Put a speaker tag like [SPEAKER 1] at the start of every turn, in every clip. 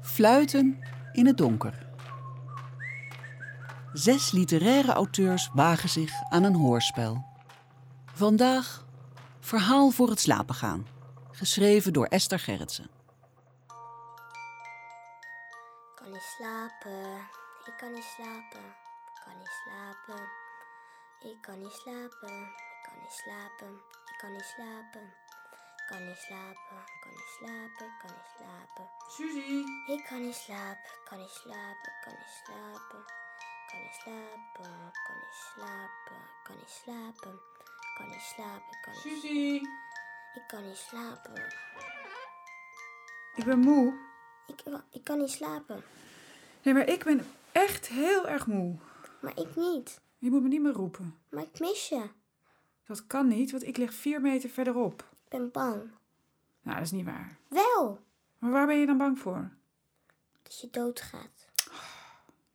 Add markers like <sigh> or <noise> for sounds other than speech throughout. [SPEAKER 1] Fluiten in het donker. Zes literaire auteurs wagen zich aan een hoorspel. Vandaag Verhaal voor het slapen gaan, geschreven door Esther Gerritsen.
[SPEAKER 2] Ik kan niet slapen. Ik kan niet slapen. Ik kan niet slapen. Ik kan niet slapen. Ik kan niet slapen. Ik kan niet slapen. Ik kan niet slapen. Ik kan niet slapen. Ik kan niet slapen.
[SPEAKER 3] Suzy,
[SPEAKER 2] Ik kan niet slapen. Ik kan niet slapen. Ik kan niet slapen. Ik kan niet slapen. Ik kan niet slapen. Ik kan niet slapen. Ik kan niet slapen. Ik kan niet slapen.
[SPEAKER 3] Suzy.
[SPEAKER 2] Ik kan niet slapen.
[SPEAKER 3] Ik ben moe.
[SPEAKER 2] Ik, ik kan niet slapen.
[SPEAKER 3] Nee, maar ik ben echt heel erg moe.
[SPEAKER 2] Maar ik niet.
[SPEAKER 3] Je moet me niet meer roepen.
[SPEAKER 2] Maar ik mis je.
[SPEAKER 3] Dat kan niet, want ik lig vier meter verderop.
[SPEAKER 2] Ik ben bang.
[SPEAKER 3] Nou, dat is niet waar.
[SPEAKER 2] Wel.
[SPEAKER 3] Maar waar ben je dan bang voor?
[SPEAKER 2] Dat je doodgaat.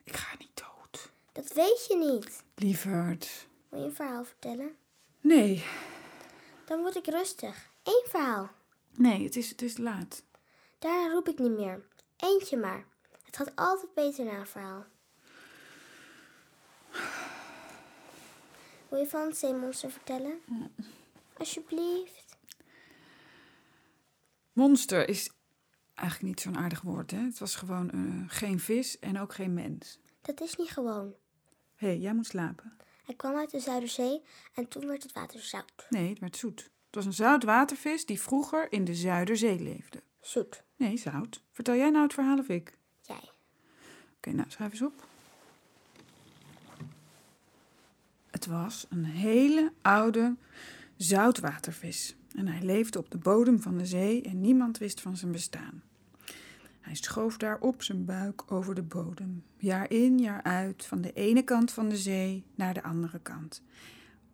[SPEAKER 3] Ik ga niet dood.
[SPEAKER 2] Dat weet je niet.
[SPEAKER 3] Lieverd.
[SPEAKER 2] Wil je een verhaal vertellen?
[SPEAKER 3] Nee.
[SPEAKER 2] Dan word ik rustig. Eén verhaal.
[SPEAKER 3] Nee, het is, het is laat.
[SPEAKER 2] Daarna roep ik niet meer. Eentje maar. Het gaat altijd beter na een verhaal. Wil je van het zeemonster vertellen? Alsjeblieft.
[SPEAKER 3] Monster is eigenlijk niet zo'n aardig woord, hè? Het was gewoon eh, geen vis en ook geen mens.
[SPEAKER 2] Dat is niet gewoon.
[SPEAKER 3] Hé, hey, jij moet slapen.
[SPEAKER 2] Hij kwam uit de Zuiderzee en toen werd het water zout.
[SPEAKER 3] Nee, het werd zoet. Het was een zoutwatervis die vroeger in de Zuiderzee leefde.
[SPEAKER 2] Zoet.
[SPEAKER 3] Nee, zout. Vertel jij nou het verhaal of ik?
[SPEAKER 2] Jij.
[SPEAKER 3] Oké, nou schrijf eens op. Het was een hele oude zoutwatervis. En hij leefde op de bodem van de zee en niemand wist van zijn bestaan. Hij schoof daar op zijn buik over de bodem, jaar in, jaar uit, van de ene kant van de zee naar de andere kant.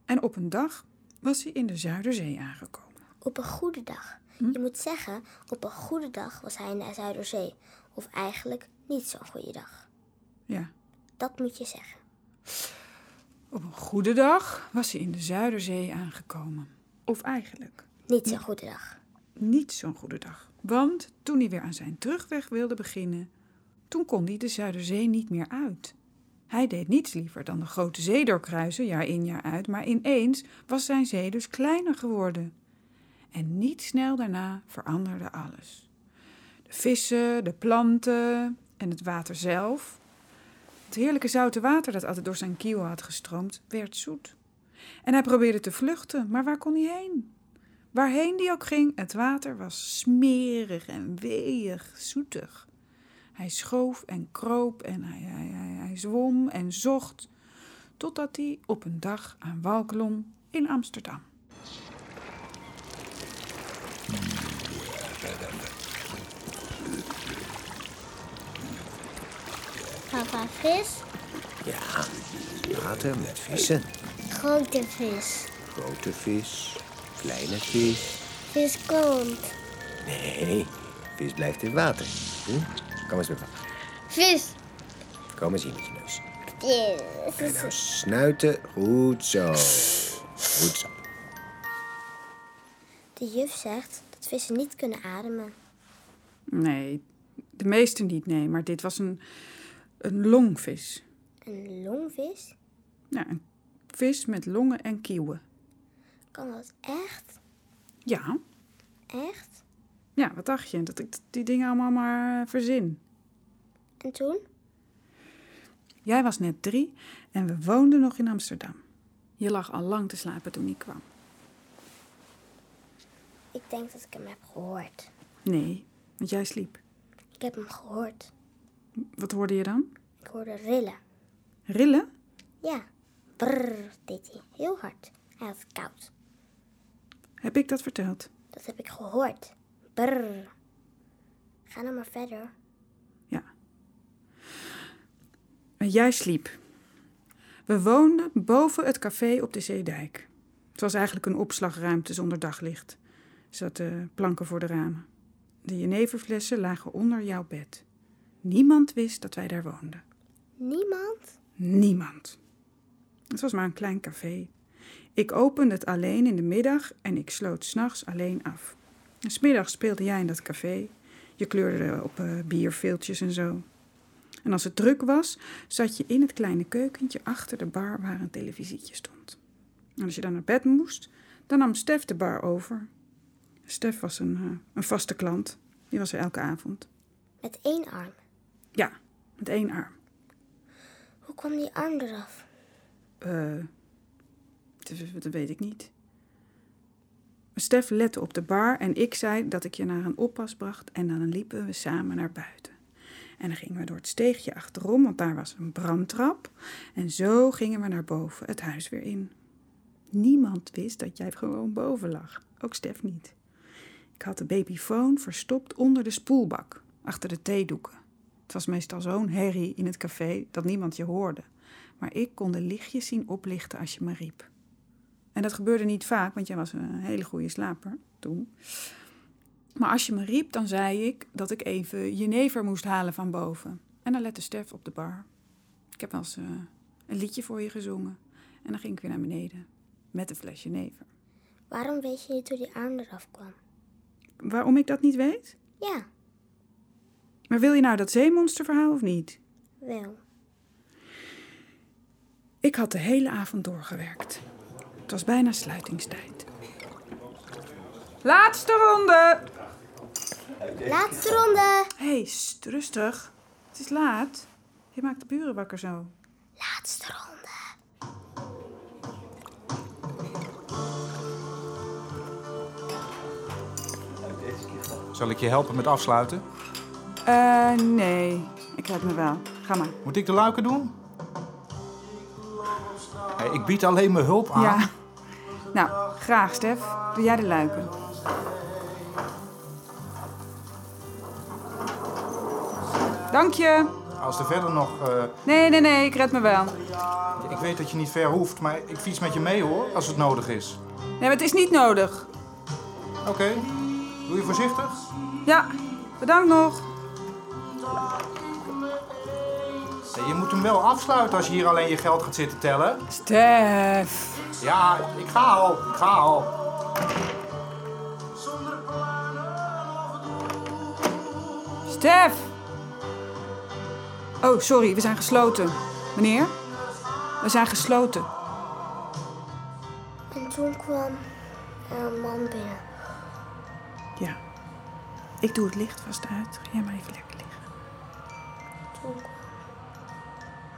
[SPEAKER 3] En op een dag was hij in de Zuiderzee aangekomen.
[SPEAKER 2] Op een goede dag. Je moet zeggen, op een goede dag was hij in de Zuiderzee. Of eigenlijk niet zo'n goede dag.
[SPEAKER 3] Ja,
[SPEAKER 2] Dat moet je zeggen.
[SPEAKER 3] op een goede dag was hij in de Zuiderzee aangekomen. Of eigenlijk
[SPEAKER 2] Niet zo'n goede dag.
[SPEAKER 3] niet zo'n goede dag. Want toen hij weer aan zijn terugweg wilde beginnen, toen kon hij de Zuiderzee niet meer uit. Hij deed niets liever dan de grote zee doorkruisen, jaar in jaar uit, maar ineens was zijn zee dus kleiner geworden. En niet snel daarna veranderde alles. De vissen, de planten en het water zelf. Het heerlijke zoute water dat altijd door zijn kiel had gestroomd, werd zoet. En hij probeerde te vluchten, maar waar kon hij heen? Waarheen die ook ging, het water was smerig en weeg, zoetig. Hij schoof en kroop en hij, hij, hij, hij zwom en zocht, totdat hij op een dag aan wal klom in Amsterdam.
[SPEAKER 2] Papa vis,
[SPEAKER 4] Ja, water met vissen.
[SPEAKER 2] grote vis.
[SPEAKER 4] Grote vis, kleine vis.
[SPEAKER 2] Vis komt.
[SPEAKER 4] Nee, vis blijft in water. Hm? Kom eens met water.
[SPEAKER 2] Vis.
[SPEAKER 4] Kom eens hier met je neus. En
[SPEAKER 2] Yes.
[SPEAKER 4] nou snuiten. Goed zo. Goed zo.
[SPEAKER 2] De juf zegt dat vissen niet kunnen ademen.
[SPEAKER 3] Nee, de meeste niet, nee, maar dit was een, een longvis.
[SPEAKER 2] Een longvis?
[SPEAKER 3] Ja, een vis met longen en kieuwen.
[SPEAKER 2] Kan dat echt?
[SPEAKER 3] Ja,
[SPEAKER 2] Echt?
[SPEAKER 3] ja, wat dacht je? Dat ik die dingen allemaal maar eh, verzin.
[SPEAKER 2] En toen?
[SPEAKER 3] Jij was net drie en we woonden nog in Amsterdam. Je lag al lang te slapen toen ik kwam.
[SPEAKER 2] Ik denk dat ik hem heb gehoord.
[SPEAKER 3] Nee, want jij sliep.
[SPEAKER 2] Ik heb hem gehoord.
[SPEAKER 3] Wat hoorde je dan?
[SPEAKER 2] Ik hoorde rillen.
[SPEAKER 3] Rillen?
[SPEAKER 2] Ja. Brrr, deed hij. Heel hard. Hij had het koud.
[SPEAKER 3] Heb ik dat verteld?
[SPEAKER 2] Dat heb ik gehoord. Brrr. Ga nou maar verder.
[SPEAKER 3] Ja. En jij sliep. We woonden boven het café op de Zeedijk. Het was eigenlijk een opslagruimte zonder daglicht. Er zaten planken voor de ramen. De jeneverflessen lagen onder jouw bed. Niemand wist dat wij daar woonden.
[SPEAKER 2] Niemand?
[SPEAKER 3] Niemand. Het was maar een klein café. Ik opende het alleen in de middag en ik sloot s'nachts alleen af. En 's middags speelde jij in dat café. Je kleurde op eh bierveeltjes en zo. En als het druk was, zat je in het kleine keukentje achter de bar waar een televisietje stond. En als je dan naar bed moest, dan nam Stef de bar over. Stef was een, eh, een vaste klant. Die was er elke avond.
[SPEAKER 2] Met één arm.
[SPEAKER 3] Ja, met één arm.
[SPEAKER 2] Hoe kwam die arm eraf?
[SPEAKER 3] Eh, dat- dat weet ik niet. Stef lette op de bar en ik zei dat ik je naar een oppas bracht en dan liepen we samen naar buiten. En dan gingen we door het steegje achterom, want daar was een brandtrap. En zo gingen we naar boven, het huis weer in. Niemand wist dat jij gewoon boven lag, ook Stef niet. Ik had de babyfoon verstopt onder de spoelbak, achter de theedoeken. Het was meestal zo'n herrie in het café dat niemand je hoorde. Maar ik kon de lichtjes zien oplichten als je me riep. En dat gebeurde niet vaak, want jij was een hele goede slaper toen. Maar als je me riep, dan zei ik dat ik even jenever moest halen van boven. En dan lette Stef op de bar. Ik heb wel eens eh, een liedje voor je gezongen. En dan ging ik weer naar beneden met een flesje jenever.
[SPEAKER 2] Waarom weet je niet hoe die arm eraf kwam?
[SPEAKER 3] Waarom ik dat niet weet?
[SPEAKER 2] Ja,
[SPEAKER 3] Maar wil je nou dat zeemonsterverhaal of niet?
[SPEAKER 2] wel.
[SPEAKER 3] Ik had de hele avond doorgewerkt. Het was bijna sluitingstijd. Laatste ronde!
[SPEAKER 2] Laatste ronde.
[SPEAKER 3] Hé, hey, sst, rustig. Het is laat. Je maakt de buren wakker zo.
[SPEAKER 2] Laatste ronde.
[SPEAKER 5] Zal ik je helpen met afsluiten?
[SPEAKER 3] Eh, nee. Ik red me wel. Ga maar.
[SPEAKER 5] Moet ik de luiken doen? Hé, ik bied alleen mijn hulp aan.
[SPEAKER 3] Ja. Nou, graag, Stef. Doe jij de luiken. Dank je.
[SPEAKER 5] Als er verder nog... eh,
[SPEAKER 3] Nee, nee, nee. Ik red me wel.
[SPEAKER 5] ik weet dat je niet ver hoeft, maar ik fiets met je mee hoor, als het nodig is.
[SPEAKER 3] Nee, maar het is niet nodig.
[SPEAKER 5] Oké, doe je voorzichtig.
[SPEAKER 3] Ja, bedankt nog.
[SPEAKER 5] Hé, je moet hem wel afsluiten als je hier alleen je geld gaat zitten tellen.
[SPEAKER 3] Stef.
[SPEAKER 5] Ja, ik ga al, ik ga al.
[SPEAKER 3] Stef! Oh, sorry, we zijn gesloten. Meneer? We zijn gesloten.
[SPEAKER 2] En toen kwam er een man binnen.
[SPEAKER 3] Ja. Ik doe het licht vast uit. Ga jij maar even lekker liggen.
[SPEAKER 2] Toen kwam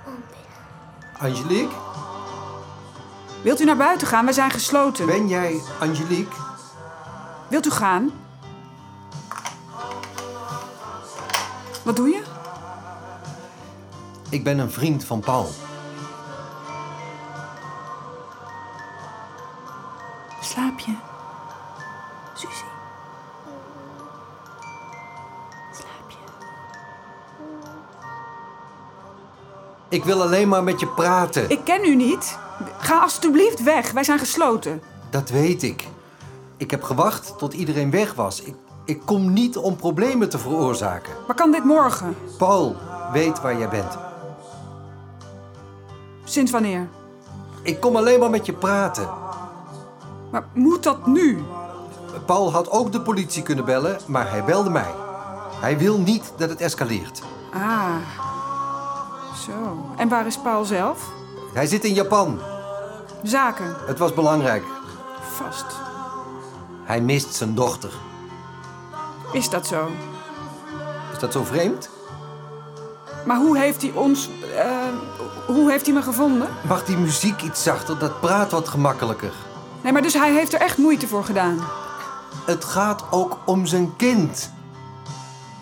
[SPEAKER 2] een man binnen.
[SPEAKER 6] Angelique,
[SPEAKER 3] Wilt u naar buiten gaan? We zijn gesloten.
[SPEAKER 6] ben jij Angelique?
[SPEAKER 3] Wilt u gaan? Wat doe je?
[SPEAKER 6] Ik ben een vriend van Paul.
[SPEAKER 3] Slaap je? Suzie. Slaap je?
[SPEAKER 6] Ik wil alleen maar met je praten.
[SPEAKER 3] Ik ken u niet. Ga alstublieft weg. Wij zijn gesloten.
[SPEAKER 6] Dat weet ik. Ik heb gewacht tot iedereen weg was. Ik, ik kom niet om problemen te veroorzaken.
[SPEAKER 3] Maar kan dit morgen?
[SPEAKER 6] Paul weet waar jij bent.
[SPEAKER 3] Sinds wanneer?
[SPEAKER 6] Ik kom alleen maar met je praten.
[SPEAKER 3] Maar moet dat nu?
[SPEAKER 6] Paul had ook de politie kunnen bellen, maar hij belde mij. Hij wil niet dat het escaleert.
[SPEAKER 3] Ah, zo. En waar is Paul zelf?
[SPEAKER 6] Hij zit in Japan.
[SPEAKER 3] Zaken,
[SPEAKER 6] Het was belangrijk.
[SPEAKER 3] vast.
[SPEAKER 6] Hij mist zijn dochter.
[SPEAKER 3] Is dat zo?
[SPEAKER 6] Is dat zo vreemd?
[SPEAKER 3] Maar hoe heeft hij ons. eh, hoe heeft hij me gevonden?
[SPEAKER 6] Mag die muziek iets zachter? Dat praat wat gemakkelijker.
[SPEAKER 3] Nee, maar dus hij heeft er echt moeite voor gedaan.
[SPEAKER 6] Het gaat ook om zijn kind.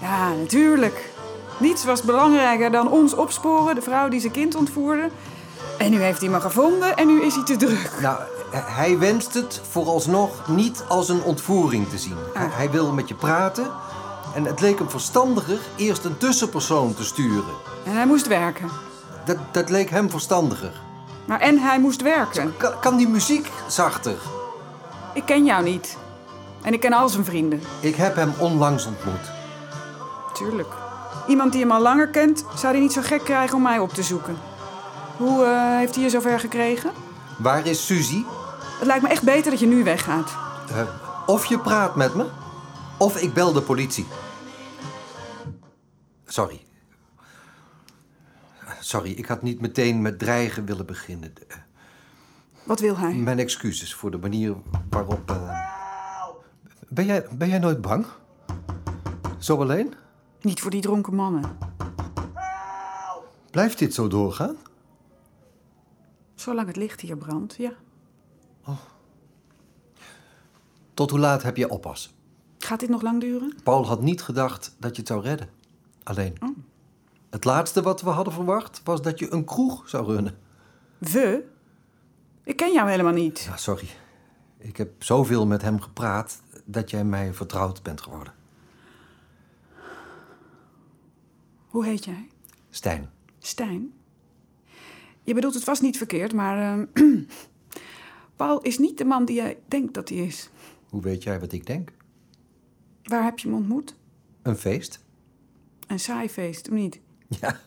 [SPEAKER 3] Ja, natuurlijk. Niets was belangrijker dan ons opsporen, de vrouw die zijn kind ontvoerde. En nu heeft hij me gevonden en nu is hij te druk.
[SPEAKER 6] Nou, eh, hij wenst het vooralsnog niet als een ontvoering te zien. Hij- Hij wil met je praten. En het leek hem verstandiger eerst een tussenpersoon te sturen.
[SPEAKER 3] En hij moest werken.
[SPEAKER 6] Dat, dat leek hem verstandiger.
[SPEAKER 3] Maar en hij moest werken.
[SPEAKER 6] Kan, kan die muziek zachter?
[SPEAKER 3] Ik ken jou niet. En ik ken al zijn vrienden.
[SPEAKER 6] Ik heb hem onlangs ontmoet.
[SPEAKER 3] Tuurlijk. Iemand die hem al langer kent, zou hij niet zo gek krijgen om mij op te zoeken. Hoe eh, heeft hij je zover gekregen?
[SPEAKER 6] Waar is Suzy?
[SPEAKER 3] Het lijkt me echt beter dat je nu weggaat.
[SPEAKER 6] Eh, of je praat met me, of ik bel de politie. Sorry. Sorry, ik had niet meteen met dreigen willen beginnen. Eh,
[SPEAKER 3] Wat wil hij?
[SPEAKER 6] Mijn excuses voor de manier waarop. eh, Ben, jij, ben jij nooit bang? Zo alleen?
[SPEAKER 3] Niet voor die dronken mannen.
[SPEAKER 6] Blijft dit zo doorgaan?
[SPEAKER 3] Zolang het licht hier brandt, ja.
[SPEAKER 6] Tot hoe laat heb je oppas?
[SPEAKER 3] Gaat dit nog lang duren?
[SPEAKER 6] Paul had niet gedacht dat je het zou redden. Alleen. Het laatste wat we hadden verwacht was dat je een kroeg zou runnen.
[SPEAKER 3] We? Ik ken jou helemaal niet.
[SPEAKER 6] Ja, sorry. Ik heb zoveel met hem gepraat dat jij mij vertrouwd bent geworden.
[SPEAKER 3] Hoe heet jij?
[SPEAKER 6] Stijn.
[SPEAKER 3] Stijn? Je bedoelt het vast niet verkeerd, maar... eh, <clears throat> Paul is niet de man die jij denkt dat hij is.
[SPEAKER 6] Hoe weet jij wat ik denk?
[SPEAKER 3] Waar heb je hem ontmoet?
[SPEAKER 6] Een feest?
[SPEAKER 3] Een saai feest, of niet?
[SPEAKER 6] Ja.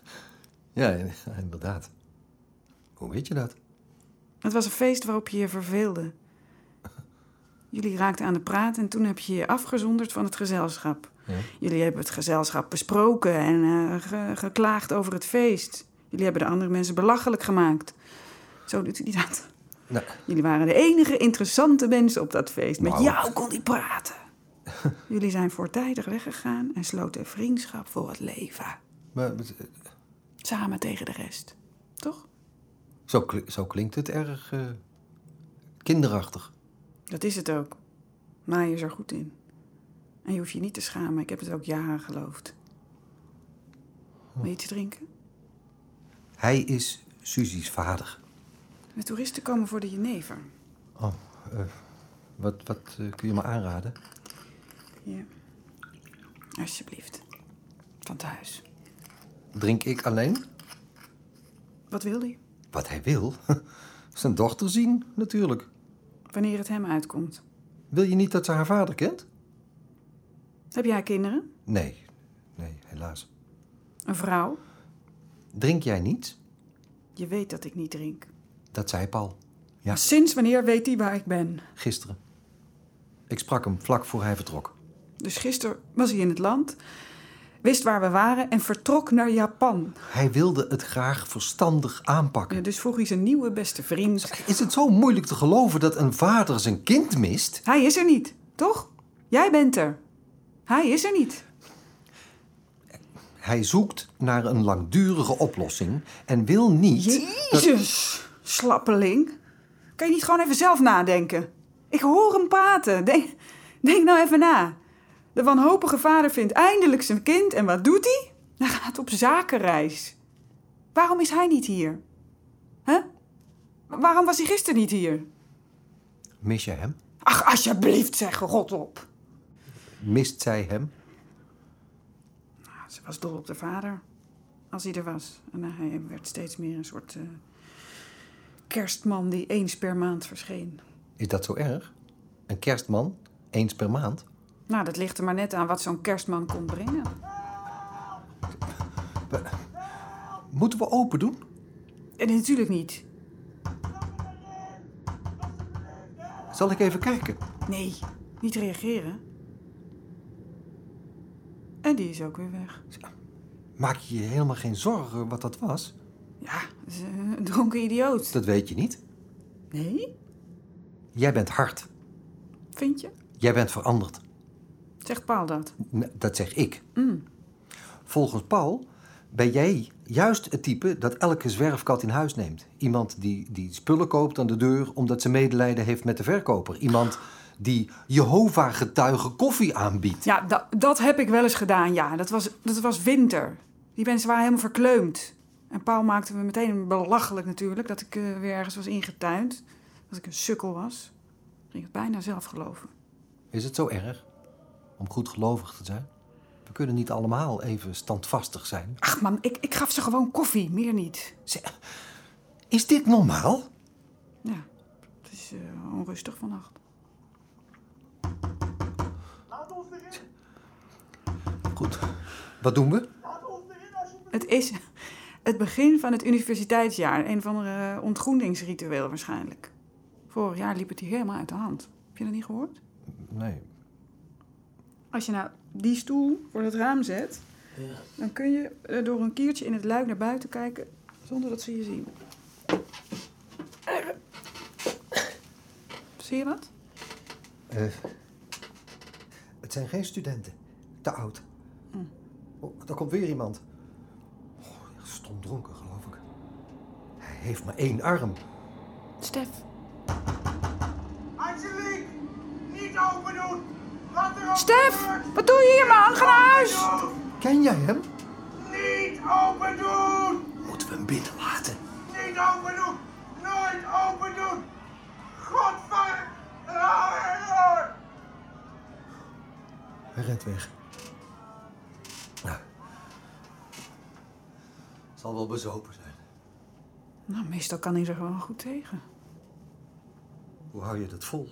[SPEAKER 6] Ja, <laughs> inderdaad. Hoe weet je dat?
[SPEAKER 3] Het was een feest waarop je je verveelde. Jullie raakten aan de praat en toen heb je je afgezonderd van het gezelschap. Jullie hebben het gezelschap besproken en eh, ge- geklaagd over het feest. Jullie hebben de andere mensen belachelijk gemaakt. Zo doet hij dat.
[SPEAKER 6] Nou,
[SPEAKER 3] Jullie waren de enige interessante mensen op dat feest. Met
[SPEAKER 6] Nou.
[SPEAKER 3] jou kon hij praten. Jullie zijn voortijdig weggegaan en sloten vriendschap voor het leven.
[SPEAKER 6] maar, eh,
[SPEAKER 3] Samen tegen de rest. Toch?
[SPEAKER 6] zo, kli- zo klinkt het erg eh, kinderachtig.
[SPEAKER 3] Dat is het ook. Maar je is er goed in. En je hoeft je niet te schamen. Ik heb het ook jaren geloofd. Wil je iets drinken?
[SPEAKER 6] Hij is Suzies vader.
[SPEAKER 3] De toeristen komen voor de jenever.
[SPEAKER 6] Oh, eh, wat, wat eh, kun je me aanraden?
[SPEAKER 3] Ja. Alsjeblieft. Van thuis.
[SPEAKER 6] Drink ik alleen?
[SPEAKER 3] Wat wilde je?
[SPEAKER 6] Wat hij wil? <laughs> Zijn dochter zien, natuurlijk.
[SPEAKER 3] Wanneer het hem uitkomt.
[SPEAKER 6] Wil je niet dat ze haar vader kent?
[SPEAKER 3] Heb jij kinderen?
[SPEAKER 6] Nee, nee, helaas.
[SPEAKER 3] Een vrouw?
[SPEAKER 6] Drink jij niet?
[SPEAKER 3] Je weet dat ik niet drink.
[SPEAKER 6] Dat zei Paul. Ja,
[SPEAKER 3] Sinds wanneer weet hij waar ik ben?
[SPEAKER 6] gisteren. Ik sprak hem vlak voor hij vertrok.
[SPEAKER 3] Dus gisteren was hij in het land, wist waar we waren en vertrok naar Japan.
[SPEAKER 6] Hij wilde het graag verstandig aanpakken.
[SPEAKER 3] Ja, dus vroeg hij zijn nieuwe beste vriend.
[SPEAKER 6] Is het zo moeilijk te geloven dat een vader zijn kind mist?
[SPEAKER 3] Hij is er niet, toch? Jij bent er. Hij is er niet.
[SPEAKER 6] Hij zoekt naar een langdurige oplossing en wil niet. dat-
[SPEAKER 3] Jezus, slappeling. Kan je niet gewoon even zelf nadenken? Ik hoor hem praten. Denk, denk nou even na. De wanhopige vader vindt eindelijk zijn kind en wat doet hij? Hij gaat op zakenreis. Waarom is hij niet hier? Hè? Waarom was hij gisteren niet hier?
[SPEAKER 6] Mis je hem?
[SPEAKER 3] Ach, alsjeblieft, zeg God op.
[SPEAKER 6] Mist zij hem?
[SPEAKER 3] Ja, Ze was dol op de vader, als hij er was. En hij werd steeds meer een soort eh, kerstman die eens per maand verscheen.
[SPEAKER 6] Is dat zo erg? Een kerstman, eens per maand?
[SPEAKER 3] Nou, dat ligt er maar net aan wat zo'n kerstman kon brengen.
[SPEAKER 6] Moeten we open doen?
[SPEAKER 3] En natuurlijk niet.
[SPEAKER 6] Zal ik even kijken?
[SPEAKER 3] Nee, niet reageren. En die is ook weer weg.
[SPEAKER 6] Maak je je helemaal geen zorgen wat dat was?
[SPEAKER 3] Ja, dat is, eh, een dronken idioot.
[SPEAKER 6] Dat weet je niet.
[SPEAKER 3] Nee,
[SPEAKER 6] Jij bent hard.
[SPEAKER 3] vind je?
[SPEAKER 6] Jij bent veranderd.
[SPEAKER 3] Zegt Paul dat.
[SPEAKER 6] N- Dat zeg ik. Volgens Paul ben jij juist het type dat elke zwerfkat in huis neemt. Iemand die, die spullen koopt aan de deur omdat ze medelijden heeft met de verkoper. Iemand die Jehovah-getuige koffie aanbiedt.
[SPEAKER 3] Ja, da- dat heb ik wel eens gedaan, ja. Dat was, dat was winter. Die mensen waren helemaal verkleumd. En Paul maakte me meteen belachelijk natuurlijk... dat ik eh, weer ergens was ingetuind. Dat ik een sukkel was. Ik ging het bijna zelf geloven.
[SPEAKER 6] Is het zo erg om goed gelovig te zijn? We kunnen niet allemaal even standvastig zijn.
[SPEAKER 3] Ach man, ik, ik gaf ze gewoon koffie, meer niet.
[SPEAKER 6] Zeg, Is dit normaal?
[SPEAKER 3] Ja, het is eh, onrustig vannacht.
[SPEAKER 6] Goed. Wat doen we?
[SPEAKER 3] Het is <laughs> het begin van het universiteitsjaar. Een van de ontgroeningsritueel waarschijnlijk. Vorig jaar liep het hier helemaal uit de hand. Heb je dat niet gehoord?
[SPEAKER 6] Nee.
[SPEAKER 3] Als je nou die stoel voor het raam zet, Dan kun je eh, door een kiertje in het luik naar buiten kijken zonder dat ze je zien. Zie je dat?
[SPEAKER 6] Eh, het zijn geen studenten. Te oud. Oh, daar komt weer iemand. Oh, echt stom dronken, geloof ik. Hij heeft maar één arm.
[SPEAKER 3] Stef.
[SPEAKER 7] Angelique, niet open doen! Wat er ook
[SPEAKER 3] Stef!
[SPEAKER 7] gebeurt,
[SPEAKER 3] Wat doe je hier, man? Ga naar huis!
[SPEAKER 6] Ken jij hem?
[SPEAKER 7] Niet open doen!
[SPEAKER 6] Moeten we hem binnenlaten?
[SPEAKER 7] Niet open doen! Nooit open doen! Godver...
[SPEAKER 6] Hij rent weg. Nou. Zal wel bezopen zijn.
[SPEAKER 3] Nou, meestal kan hij er gewoon goed tegen.
[SPEAKER 6] Hoe hou je dat vol?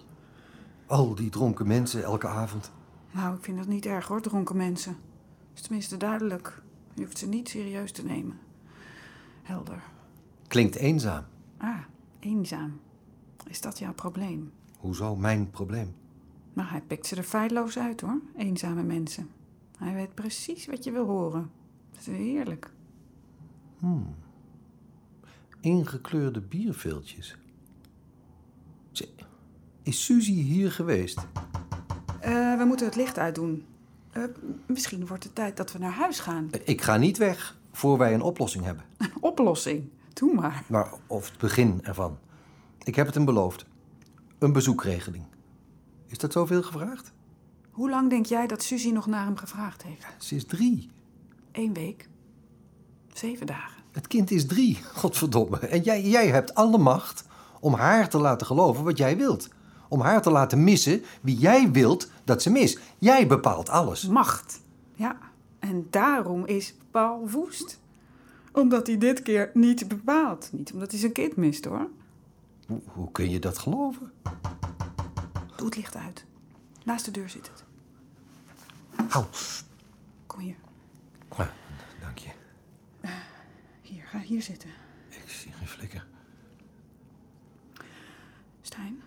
[SPEAKER 6] Al die dronken mensen elke avond.
[SPEAKER 3] Nou, ik vind dat niet erg hoor, dronken mensen. Is tenminste duidelijk. Je hoeft ze niet serieus te nemen. Helder.
[SPEAKER 6] Klinkt eenzaam.
[SPEAKER 3] Ah, eenzaam. Is dat jouw probleem?
[SPEAKER 6] Hoezo mijn probleem?
[SPEAKER 3] Maar hij pikt ze er feilloos uit hoor, eenzame mensen. Hij weet precies wat je wil horen. Dat is heerlijk.
[SPEAKER 6] Ingekleurde bierveeltjes. Tje, Is Suzy hier geweest?
[SPEAKER 3] Eh, we moeten het licht uitdoen. Eh, misschien wordt het tijd dat we naar huis gaan.
[SPEAKER 6] Ik ga niet weg voor wij een oplossing hebben.
[SPEAKER 3] Oplossing. Doe maar.
[SPEAKER 6] Maar of het begin ervan. Ik heb het hem beloofd. Een bezoekregeling. Is dat zoveel gevraagd?
[SPEAKER 3] Hoe lang denk jij dat Suzy nog naar hem gevraagd heeft?
[SPEAKER 6] Ze is drie.
[SPEAKER 3] Eén week. Zeven dagen.
[SPEAKER 6] Het kind is drie, godverdomme. En jij, jij hebt alle macht om haar te laten geloven wat jij wilt. Om haar te laten missen wie jij wilt dat ze mist. Jij bepaalt alles.
[SPEAKER 3] Macht. Ja. En daarom is Paul woest. Omdat hij dit keer niet bepaalt. Niet omdat hij zijn kind mist hoor.
[SPEAKER 6] Hoe, hoe kun je dat geloven?
[SPEAKER 3] Doe het licht uit. Naast de deur zit het.
[SPEAKER 6] Hou.
[SPEAKER 3] Kom hier.
[SPEAKER 6] Ah, dank je.
[SPEAKER 3] Hier, ga hier zitten.
[SPEAKER 6] Ik zie geen flikker.
[SPEAKER 3] Stijn.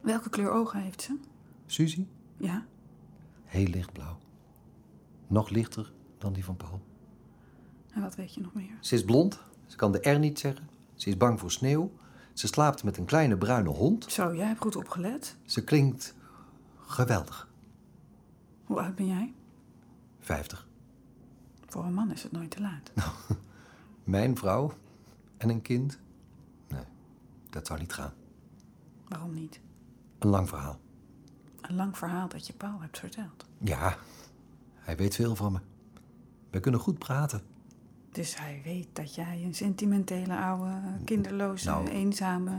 [SPEAKER 3] Welke kleur ogen heeft ze?
[SPEAKER 6] Suzy?
[SPEAKER 3] Ja.
[SPEAKER 6] Heel lichtblauw. Nog lichter dan die van Paul.
[SPEAKER 3] En wat weet je nog meer?
[SPEAKER 6] Ze is blond. Ze kan de R niet zeggen. Ze is bang voor sneeuw. Ze slaapt met een kleine bruine hond.
[SPEAKER 3] Zo, jij hebt goed opgelet.
[SPEAKER 6] Ze klinkt geweldig.
[SPEAKER 3] Hoe oud ben jij?
[SPEAKER 6] 50.
[SPEAKER 3] Voor een man is het nooit te laat.
[SPEAKER 6] Mijn vrouw en een kind? Nee, dat zou niet gaan.
[SPEAKER 3] Waarom niet?
[SPEAKER 6] Een lang verhaal.
[SPEAKER 3] Een lang verhaal dat je Paul hebt verteld.
[SPEAKER 6] Ja, hij weet veel van me. We kunnen goed praten.
[SPEAKER 3] Dus hij weet dat jij een sentimentele, oude, kinderloze,
[SPEAKER 6] Nou.
[SPEAKER 3] eenzame,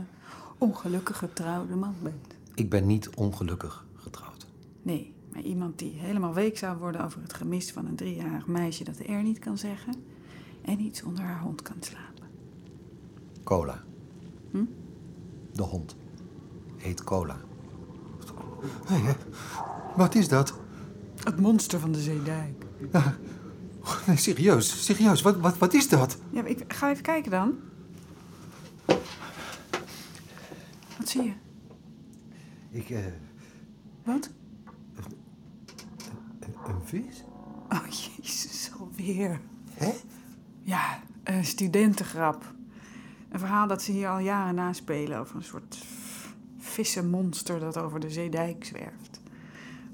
[SPEAKER 3] ongelukkig getrouwde man bent.
[SPEAKER 6] Ik ben niet ongelukkig getrouwd.
[SPEAKER 3] Nee, maar iemand die helemaal week zou worden over het gemis van een driejarig meisje dat de R niet kan zeggen en iets onder haar hond kan slapen.
[SPEAKER 6] Cola. De hond heet Cola. Hé, hé, wat is dat?
[SPEAKER 3] Het monster van de zeedijk.
[SPEAKER 6] Oh, Nee, serieus, serieus, wat, wat, wat is dat?
[SPEAKER 3] Ja, maar ik ga even kijken dan. Wat zie je?
[SPEAKER 6] Ik, eh,
[SPEAKER 3] Wat?
[SPEAKER 6] een vis?
[SPEAKER 3] Oh, <laughs> jezus, alweer.
[SPEAKER 6] Hè?
[SPEAKER 3] Ja, een studentengrap. Een verhaal dat ze hier al jaren naspelen over een soort vissenmonster dat over de zeedijk zwerft.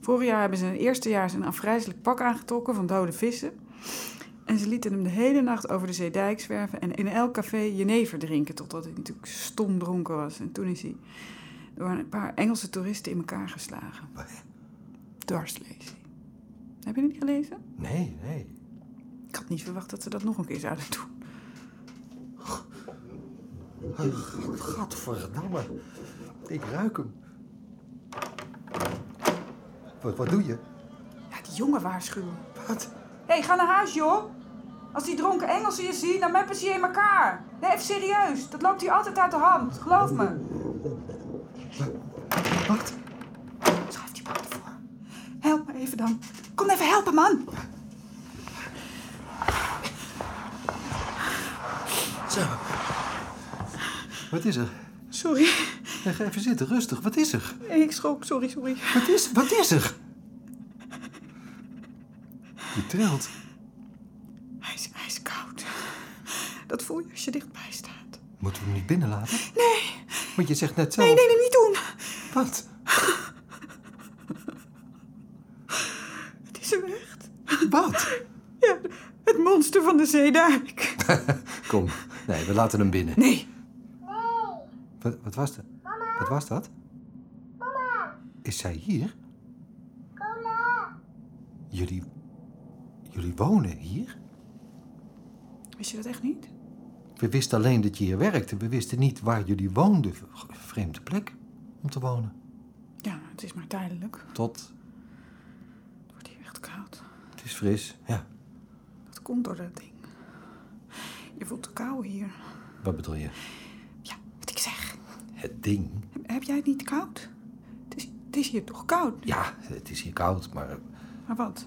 [SPEAKER 3] Vorig jaar hebben ze een eerstejaars een afgrijzelijk pak aangetrokken van dode vissen. En ze lieten hem de hele nacht over de zeedijk zwerven en in elk café jenever drinken, totdat hij natuurlijk stom dronken was. En toen is hij door een paar Engelse toeristen in elkaar geslagen. Dwarslezing. Heb je het niet gelezen?
[SPEAKER 6] Nee, nee.
[SPEAKER 3] Ik had niet verwacht dat ze dat nog een keer zouden doen.
[SPEAKER 6] Gadverdamme. Ik ruik hem. Wat, wat doe je?
[SPEAKER 3] Ja, die jongen waarschuwen.
[SPEAKER 6] Wat?
[SPEAKER 3] Hé, hey, ga naar huis, joh. Als die dronken Engelsen je zien, dan meppen ze je in elkaar. Nee, even serieus. Dat loopt hier altijd uit de hand. Geloof me.
[SPEAKER 6] Wat?
[SPEAKER 3] Schuif die bal voor. Help me even dan. Kom even helpen, man.
[SPEAKER 6] Zo. Wat is er?
[SPEAKER 3] Sorry.
[SPEAKER 6] Ja, Ga even zitten, rustig. Wat is er?
[SPEAKER 3] Ik schrok. Sorry, sorry.
[SPEAKER 6] Wat is, wat is er? Die trilt.
[SPEAKER 3] Hij is ijskoud. Dat voel je als je dichtbij staat.
[SPEAKER 6] Moeten we hem niet binnenlaten?
[SPEAKER 3] Nee,
[SPEAKER 6] Want je zegt net zelf...
[SPEAKER 3] nee, nee, nee, niet doen.
[SPEAKER 6] Wat?
[SPEAKER 3] Het is hem echt.
[SPEAKER 6] Wat?
[SPEAKER 3] Ja, het monster van de zeedijk.
[SPEAKER 6] Kom. Nee, we laten hem binnen.
[SPEAKER 3] Nee,
[SPEAKER 6] Wat, wat was dat? Wat was dat? Mama. Is zij hier? Jullie... Jullie wonen hier?
[SPEAKER 3] wist je dat echt niet?
[SPEAKER 6] We wisten alleen dat je hier werkte. We wisten niet waar jullie woonden. G- Vreemde plek om te wonen.
[SPEAKER 3] Ja, het is maar tijdelijk.
[SPEAKER 6] Tot...
[SPEAKER 3] Het wordt hier echt koud.
[SPEAKER 6] Het is fris. Ja.
[SPEAKER 3] Dat komt door dat ding. Je voelt de kou hier.
[SPEAKER 6] Wat bedoel je?
[SPEAKER 3] Ja, wat ik zeg.
[SPEAKER 6] Het ding.
[SPEAKER 3] Heb, heb jij het niet koud? Het is, het is hier toch koud?
[SPEAKER 6] Ja, het is hier koud, maar...
[SPEAKER 3] Maar wat?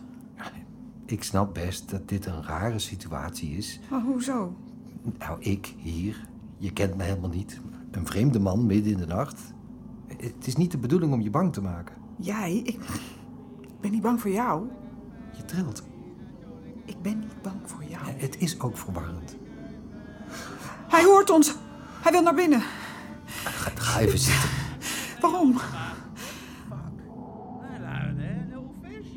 [SPEAKER 6] Ik snap best dat dit een rare situatie is.
[SPEAKER 3] Maar hoezo?
[SPEAKER 6] Nou, ik hier. Je kent me helemaal niet. Een vreemde man midden in de nacht. Het is niet de bedoeling om je bang te maken.
[SPEAKER 3] Jij? Ik, <laughs> ik ben niet bang voor jou.
[SPEAKER 6] Je trilt.
[SPEAKER 3] Ik ben niet bang voor jou.
[SPEAKER 6] Het is ook verwarrend.
[SPEAKER 3] Hij hoort ons. Hij wil naar binnen.
[SPEAKER 6] Ga, ga <laughs> even zitten.
[SPEAKER 3] Waarom?
[SPEAKER 8] Hello there, little fish.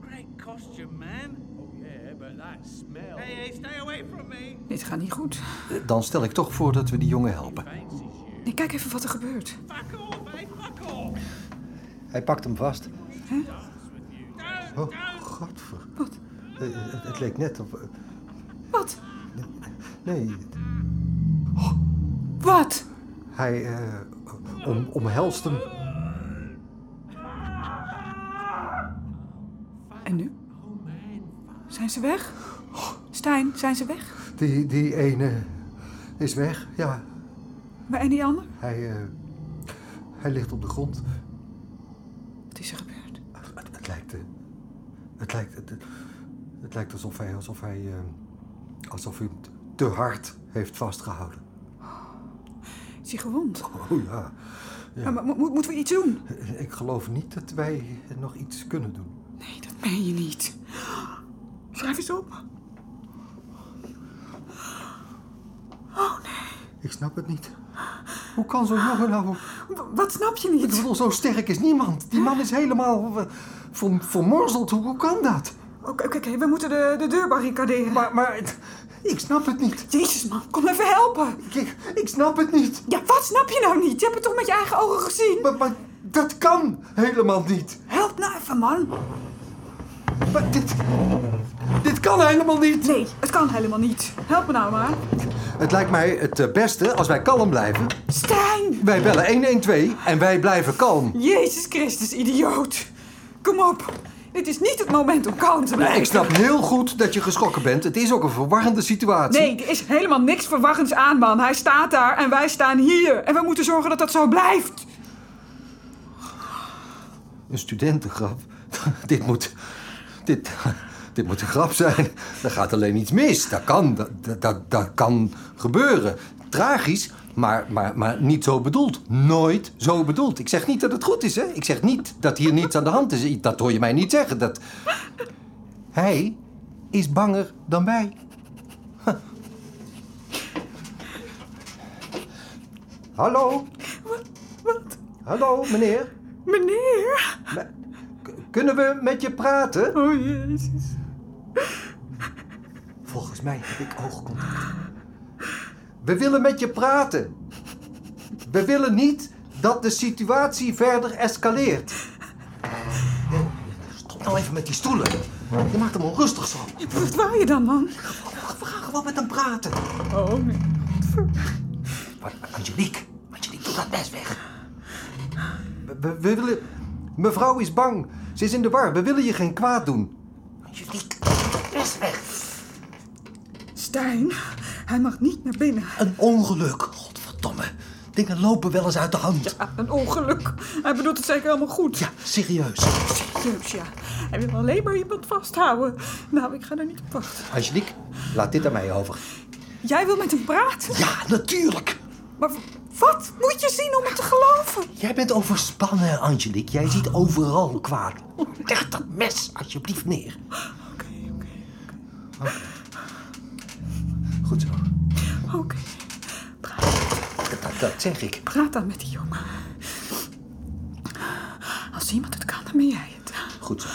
[SPEAKER 8] Great costume, man. Oh yeah, but that smell. Hey, hey, stay away from me.
[SPEAKER 3] Dit gaat niet goed.
[SPEAKER 6] Dan stel ik toch voor dat we die jongen helpen.
[SPEAKER 3] Nee, kijk even wat er gebeurt.
[SPEAKER 8] Fuck off, hey, fuck off.
[SPEAKER 6] Hij pakt hem vast.
[SPEAKER 8] Don't,
[SPEAKER 6] Oh,
[SPEAKER 8] don't.
[SPEAKER 6] godver. Wat? het, het leek net of... eh,
[SPEAKER 3] Wat?
[SPEAKER 6] Nee,
[SPEAKER 3] Wat?
[SPEAKER 6] hij eh, om, omhelst hem.
[SPEAKER 3] En nu? Zijn ze weg? <gasps> Stijn, zijn ze weg?
[SPEAKER 6] Die, die ene is weg, ja.
[SPEAKER 3] Maar en die ander?
[SPEAKER 6] Hij, eh, hij ligt op de grond.
[SPEAKER 3] Wat is er gebeurd?
[SPEAKER 6] Het, het lijkt. eh, Het lijkt. Het, het lijkt alsof hij. Alsof hij. eh, alsof hij hem te- te hard heeft vastgehouden.
[SPEAKER 3] Is hij gewond?
[SPEAKER 6] Oh ja.
[SPEAKER 3] Maar mo- mo- moeten we iets doen?
[SPEAKER 6] Ik geloof niet dat wij nog iets kunnen doen.
[SPEAKER 3] Nee, dat meen je niet. Schrijf eens op.
[SPEAKER 6] Ik snap het niet. Hoe kan zo'n jongen nou.
[SPEAKER 3] W- wat snap je
[SPEAKER 6] Ik
[SPEAKER 3] niet?
[SPEAKER 6] bedoel, zo sterk is niemand. Die man is helemaal. eh, Ver, vermorzeld. Hoe, hoe kan dat?
[SPEAKER 3] Oké, oké, oké, we moeten de, de deur barricaderen.
[SPEAKER 6] Maar, maar het- ik snap het niet.
[SPEAKER 3] Jezus man, kom even helpen.
[SPEAKER 6] Ik, ik snap het niet.
[SPEAKER 3] Ja, wat snap je nou niet? Je hebt het toch met je eigen ogen gezien?
[SPEAKER 6] Maar, maar dat kan helemaal niet.
[SPEAKER 3] Help nou even man.
[SPEAKER 6] Maar dit. Dit kan helemaal niet.
[SPEAKER 3] Nee, het kan helemaal niet. Help me nou maar.
[SPEAKER 6] Het lijkt mij het eh, beste als wij kalm blijven.
[SPEAKER 3] Stijn!
[SPEAKER 6] Wij bellen 112 en wij blijven kalm.
[SPEAKER 3] Jezus Christus, idioot. Kom op. Dit is niet het moment om kalm te blijven.
[SPEAKER 6] Nou, Ik snap heel goed dat je geschrokken bent. Het is ook een verwarrende situatie.
[SPEAKER 3] Nee, er is helemaal niks verwachtends aan, man. Hij staat daar en wij staan hier. En we moeten zorgen dat dat zo blijft.
[SPEAKER 6] Een studentengrap. <laughs> dit moet... Dit, dit moet een grap zijn. Er gaat alleen iets mis. Dat kan, dat, dat- dat, dat kan gebeuren. Tragisch, maar, maar, maar niet zo bedoeld. Nooit zo bedoeld. Ik zeg niet dat het goed is, hè. Ik zeg niet dat hier niets aan de hand is. Dat hoor je mij niet zeggen. Dat... Hij is banger dan wij. Huh. Hallo,
[SPEAKER 3] Wat? Wat?
[SPEAKER 6] hallo meneer.
[SPEAKER 3] Meneer?
[SPEAKER 6] K- Kunnen we met je praten?
[SPEAKER 3] Oh, jezus.
[SPEAKER 6] Volgens mij heb ik oogcontact. We willen met je praten. We willen niet dat de situatie verder escaleert. Stop nou even met die stoelen. Je maakt hem onrustig zo.
[SPEAKER 3] Wat waar je dan, man?
[SPEAKER 6] We gaan gewoon met hem praten.
[SPEAKER 3] Oh, nee.
[SPEAKER 6] Maar Angelique, Angelique, doe dat best weg. We, we- we willen... Mevrouw is bang. Ze is in de war. We willen je geen kwaad doen. Angelique, best weg.
[SPEAKER 3] Stijn, hij mag niet naar binnen.
[SPEAKER 6] Een ongeluk. Godverdomme. Dingen lopen wel eens uit de hand.
[SPEAKER 3] Ah, een ongeluk. Hij bedoelt het zeker helemaal goed.
[SPEAKER 6] Ja, serieus.
[SPEAKER 3] Jeus, ja. Hij wil alleen maar iemand vasthouden. Nou, ik ga er niet op wachten.
[SPEAKER 6] Angelique, laat dit aan mij over.
[SPEAKER 3] Jij wil met hem praten?
[SPEAKER 6] Ja, natuurlijk.
[SPEAKER 3] Maar w- wat moet je zien om het te geloven?
[SPEAKER 6] Jij bent overspannen, Angelique. Jij ziet overal kwaad. Leg dat mes alsjeblieft neer.
[SPEAKER 3] Oké, oké.
[SPEAKER 6] Goed zo.
[SPEAKER 3] Oké,
[SPEAKER 6] Dat, dat zeg ik.
[SPEAKER 3] praat dan met die jongen. Als iemand het kan, dan ben jij het.
[SPEAKER 6] Goed zo.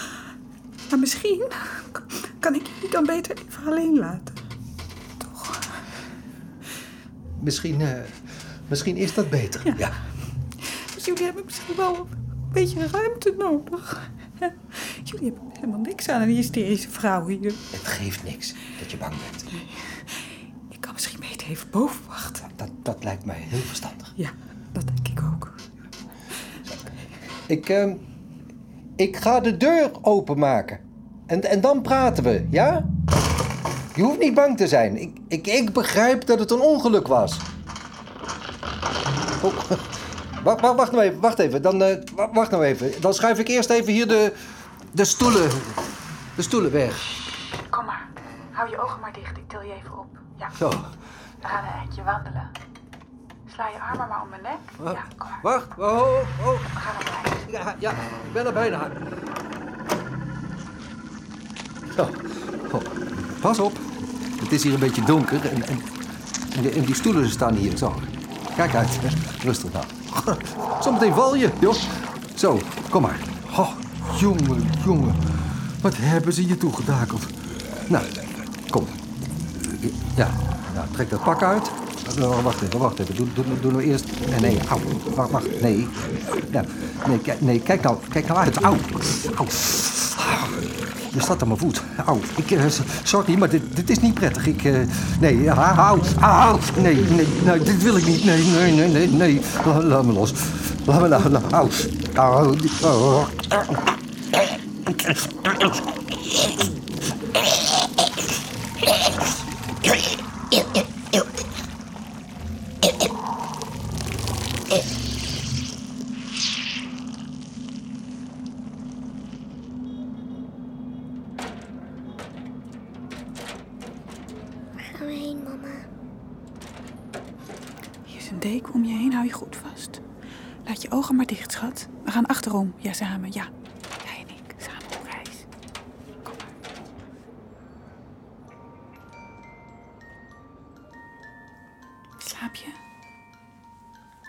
[SPEAKER 3] Maar misschien k- kan ik jullie dan beter even alleen laten.
[SPEAKER 6] Misschien, eh, misschien is dat beter. Ja.
[SPEAKER 3] Dus jullie hebben misschien wel een beetje ruimte nodig. <laughs> Jullie hebben helemaal niks aan een hysterische vrouw hier.
[SPEAKER 6] Het geeft niks dat je bang bent.
[SPEAKER 3] Ik kan misschien beter even boven wachten.
[SPEAKER 6] Dat, dat lijkt mij heel verstandig.
[SPEAKER 3] Ja, dat denk ik ook.
[SPEAKER 6] Ik, ehm, ik ga de deur openmaken. En, en dan praten we, ja? Je hoeft niet bang te zijn. Ik, ik, ik begrijp dat het een ongeluk was. Oh, <laughs> wacht, wacht, wacht nou even, wacht even. Dan, eh, wa- wacht nou even. Dan schuif ik eerst even hier de, de stoelen. De stoelen weg.
[SPEAKER 9] Kom maar. Hou je ogen maar dicht. Ik til je even op. Ja.
[SPEAKER 6] Zo.
[SPEAKER 9] We gaan een eindje wandelen. Sla je armen maar om mijn nek. Ja, kom maar.
[SPEAKER 6] Wacht. Oh, oh.
[SPEAKER 9] We gaan op reis.
[SPEAKER 6] Ja, ja, ik ben er bijna. Zo. Oh, Pas op. Het is hier een beetje donker en, en, en die- en die stoelen staan hier. Zo. Kijk uit. <laughs> Rustig nou. <laughs> Zometeen val je, joh. Zo, kom maar. Oh, jongen, jongen. Wat hebben ze je toegedakeld. Nou, kom. Ja, nou, trek dat pak uit. Oh, wacht even, wacht even. Doe, doe, doen we eerst... Nee, nee, auw. Wacht, wacht. Nee. Ja, nee, kijk- nee, kijk nou. Kijk nou uit. Auw. Auw. Je staat aan mijn voet. Auw. Ik, eh, sorry, maar dit, dit is niet prettig. Ik, eh, nee, auw. Auw. Nee, nee, nee, dit wil ik niet. Nee, nee, nee, nee, nee. La- laat me los. Laat me nou. nou, Auw. Auw. Oh.
[SPEAKER 2] Waar gaan we heen, mama?
[SPEAKER 9] Hier is een deken om je heen. Hou je goed vast. Laat je ogen maar dicht, schat. We gaan achterom. Ja, samen. Ja. Jij en ik. Samen op reis. Kom maar. Slaap je?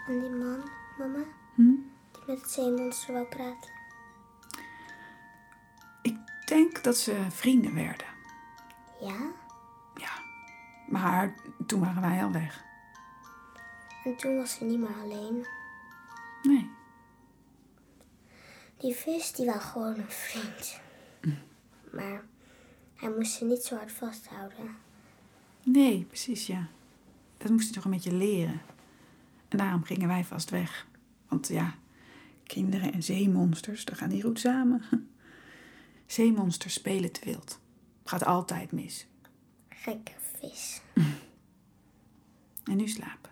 [SPEAKER 2] En die man, mama? Die met het zeemonster wou praten.
[SPEAKER 3] Ik denk dat ze vrienden werden.
[SPEAKER 2] Ja?
[SPEAKER 3] Ja. Maar toen waren wij al weg.
[SPEAKER 2] En toen was ze niet meer alleen.
[SPEAKER 3] Nee.
[SPEAKER 2] Die vis, die was gewoon een vriend. Maar hij moest ze niet zo hard vasthouden.
[SPEAKER 3] Nee, precies, ja. Dat moest je toch een beetje leren. En daarom gingen wij vast weg. Want ja, kinderen en zeemonsters, daar gaan die goed samen. <laughs> Zeemonsters spelen te wild. Gaat altijd mis.
[SPEAKER 2] Gekke vis.
[SPEAKER 3] En nu slapen.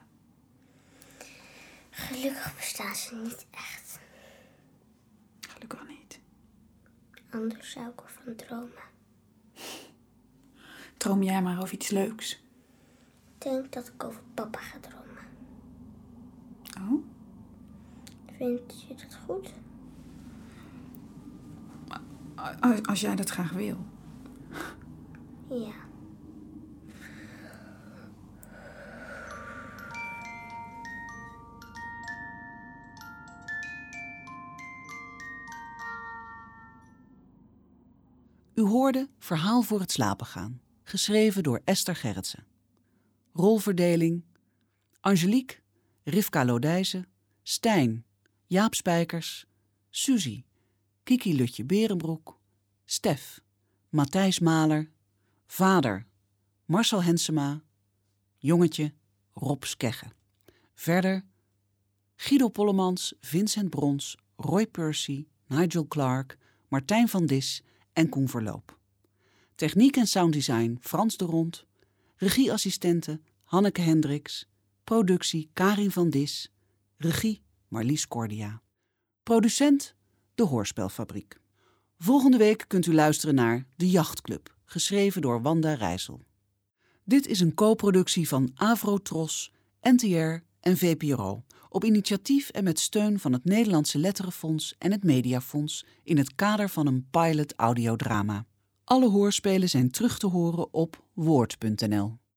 [SPEAKER 2] Gelukkig bestaan ze niet echt.
[SPEAKER 3] Gelukkig niet.
[SPEAKER 2] Anders zou ik ervan dromen.
[SPEAKER 3] Droom jij maar over iets leuks.
[SPEAKER 2] Ik denk dat ik over papa ga dromen.
[SPEAKER 3] Oh?
[SPEAKER 2] Vindt je dat goed?
[SPEAKER 3] Als- Als jij dat graag wil.
[SPEAKER 2] Ja.
[SPEAKER 1] U hoorde Verhaal voor het slapen gaan, geschreven door Esther Gerritsen. Rolverdeling: Angelique, Rivka Lodijzen, Stijn, Jaap Spijkers, Suzy, Kiki Lutje Berenbroek, Stef, Matthijs Maler, Vader, Marcel Hensema, Jongetje, Rob Skegge. Verder Guido Pollemans, Vincent Brons, Roy Percy, Nigel Clark, Martijn van Dis en Koen Verloop. Techniek en sounddesign Frans de Rond. Regieassistenten Hanneke Hendricks. Productie Karin van Dis. Regie Marlies Cordia. Producent De Hoorspelfabriek. Volgende week kunt u luisteren naar De Jachtclub, geschreven door Wanda Rijssel. Dit is een co-productie van Avrotros, NTR en VPRO. Op initiatief en met steun van het Nederlandse Letterenfonds en het Mediafonds in het kader van een pilot audiodrama. Alle hoorspelen zijn terug te horen op woord.nl.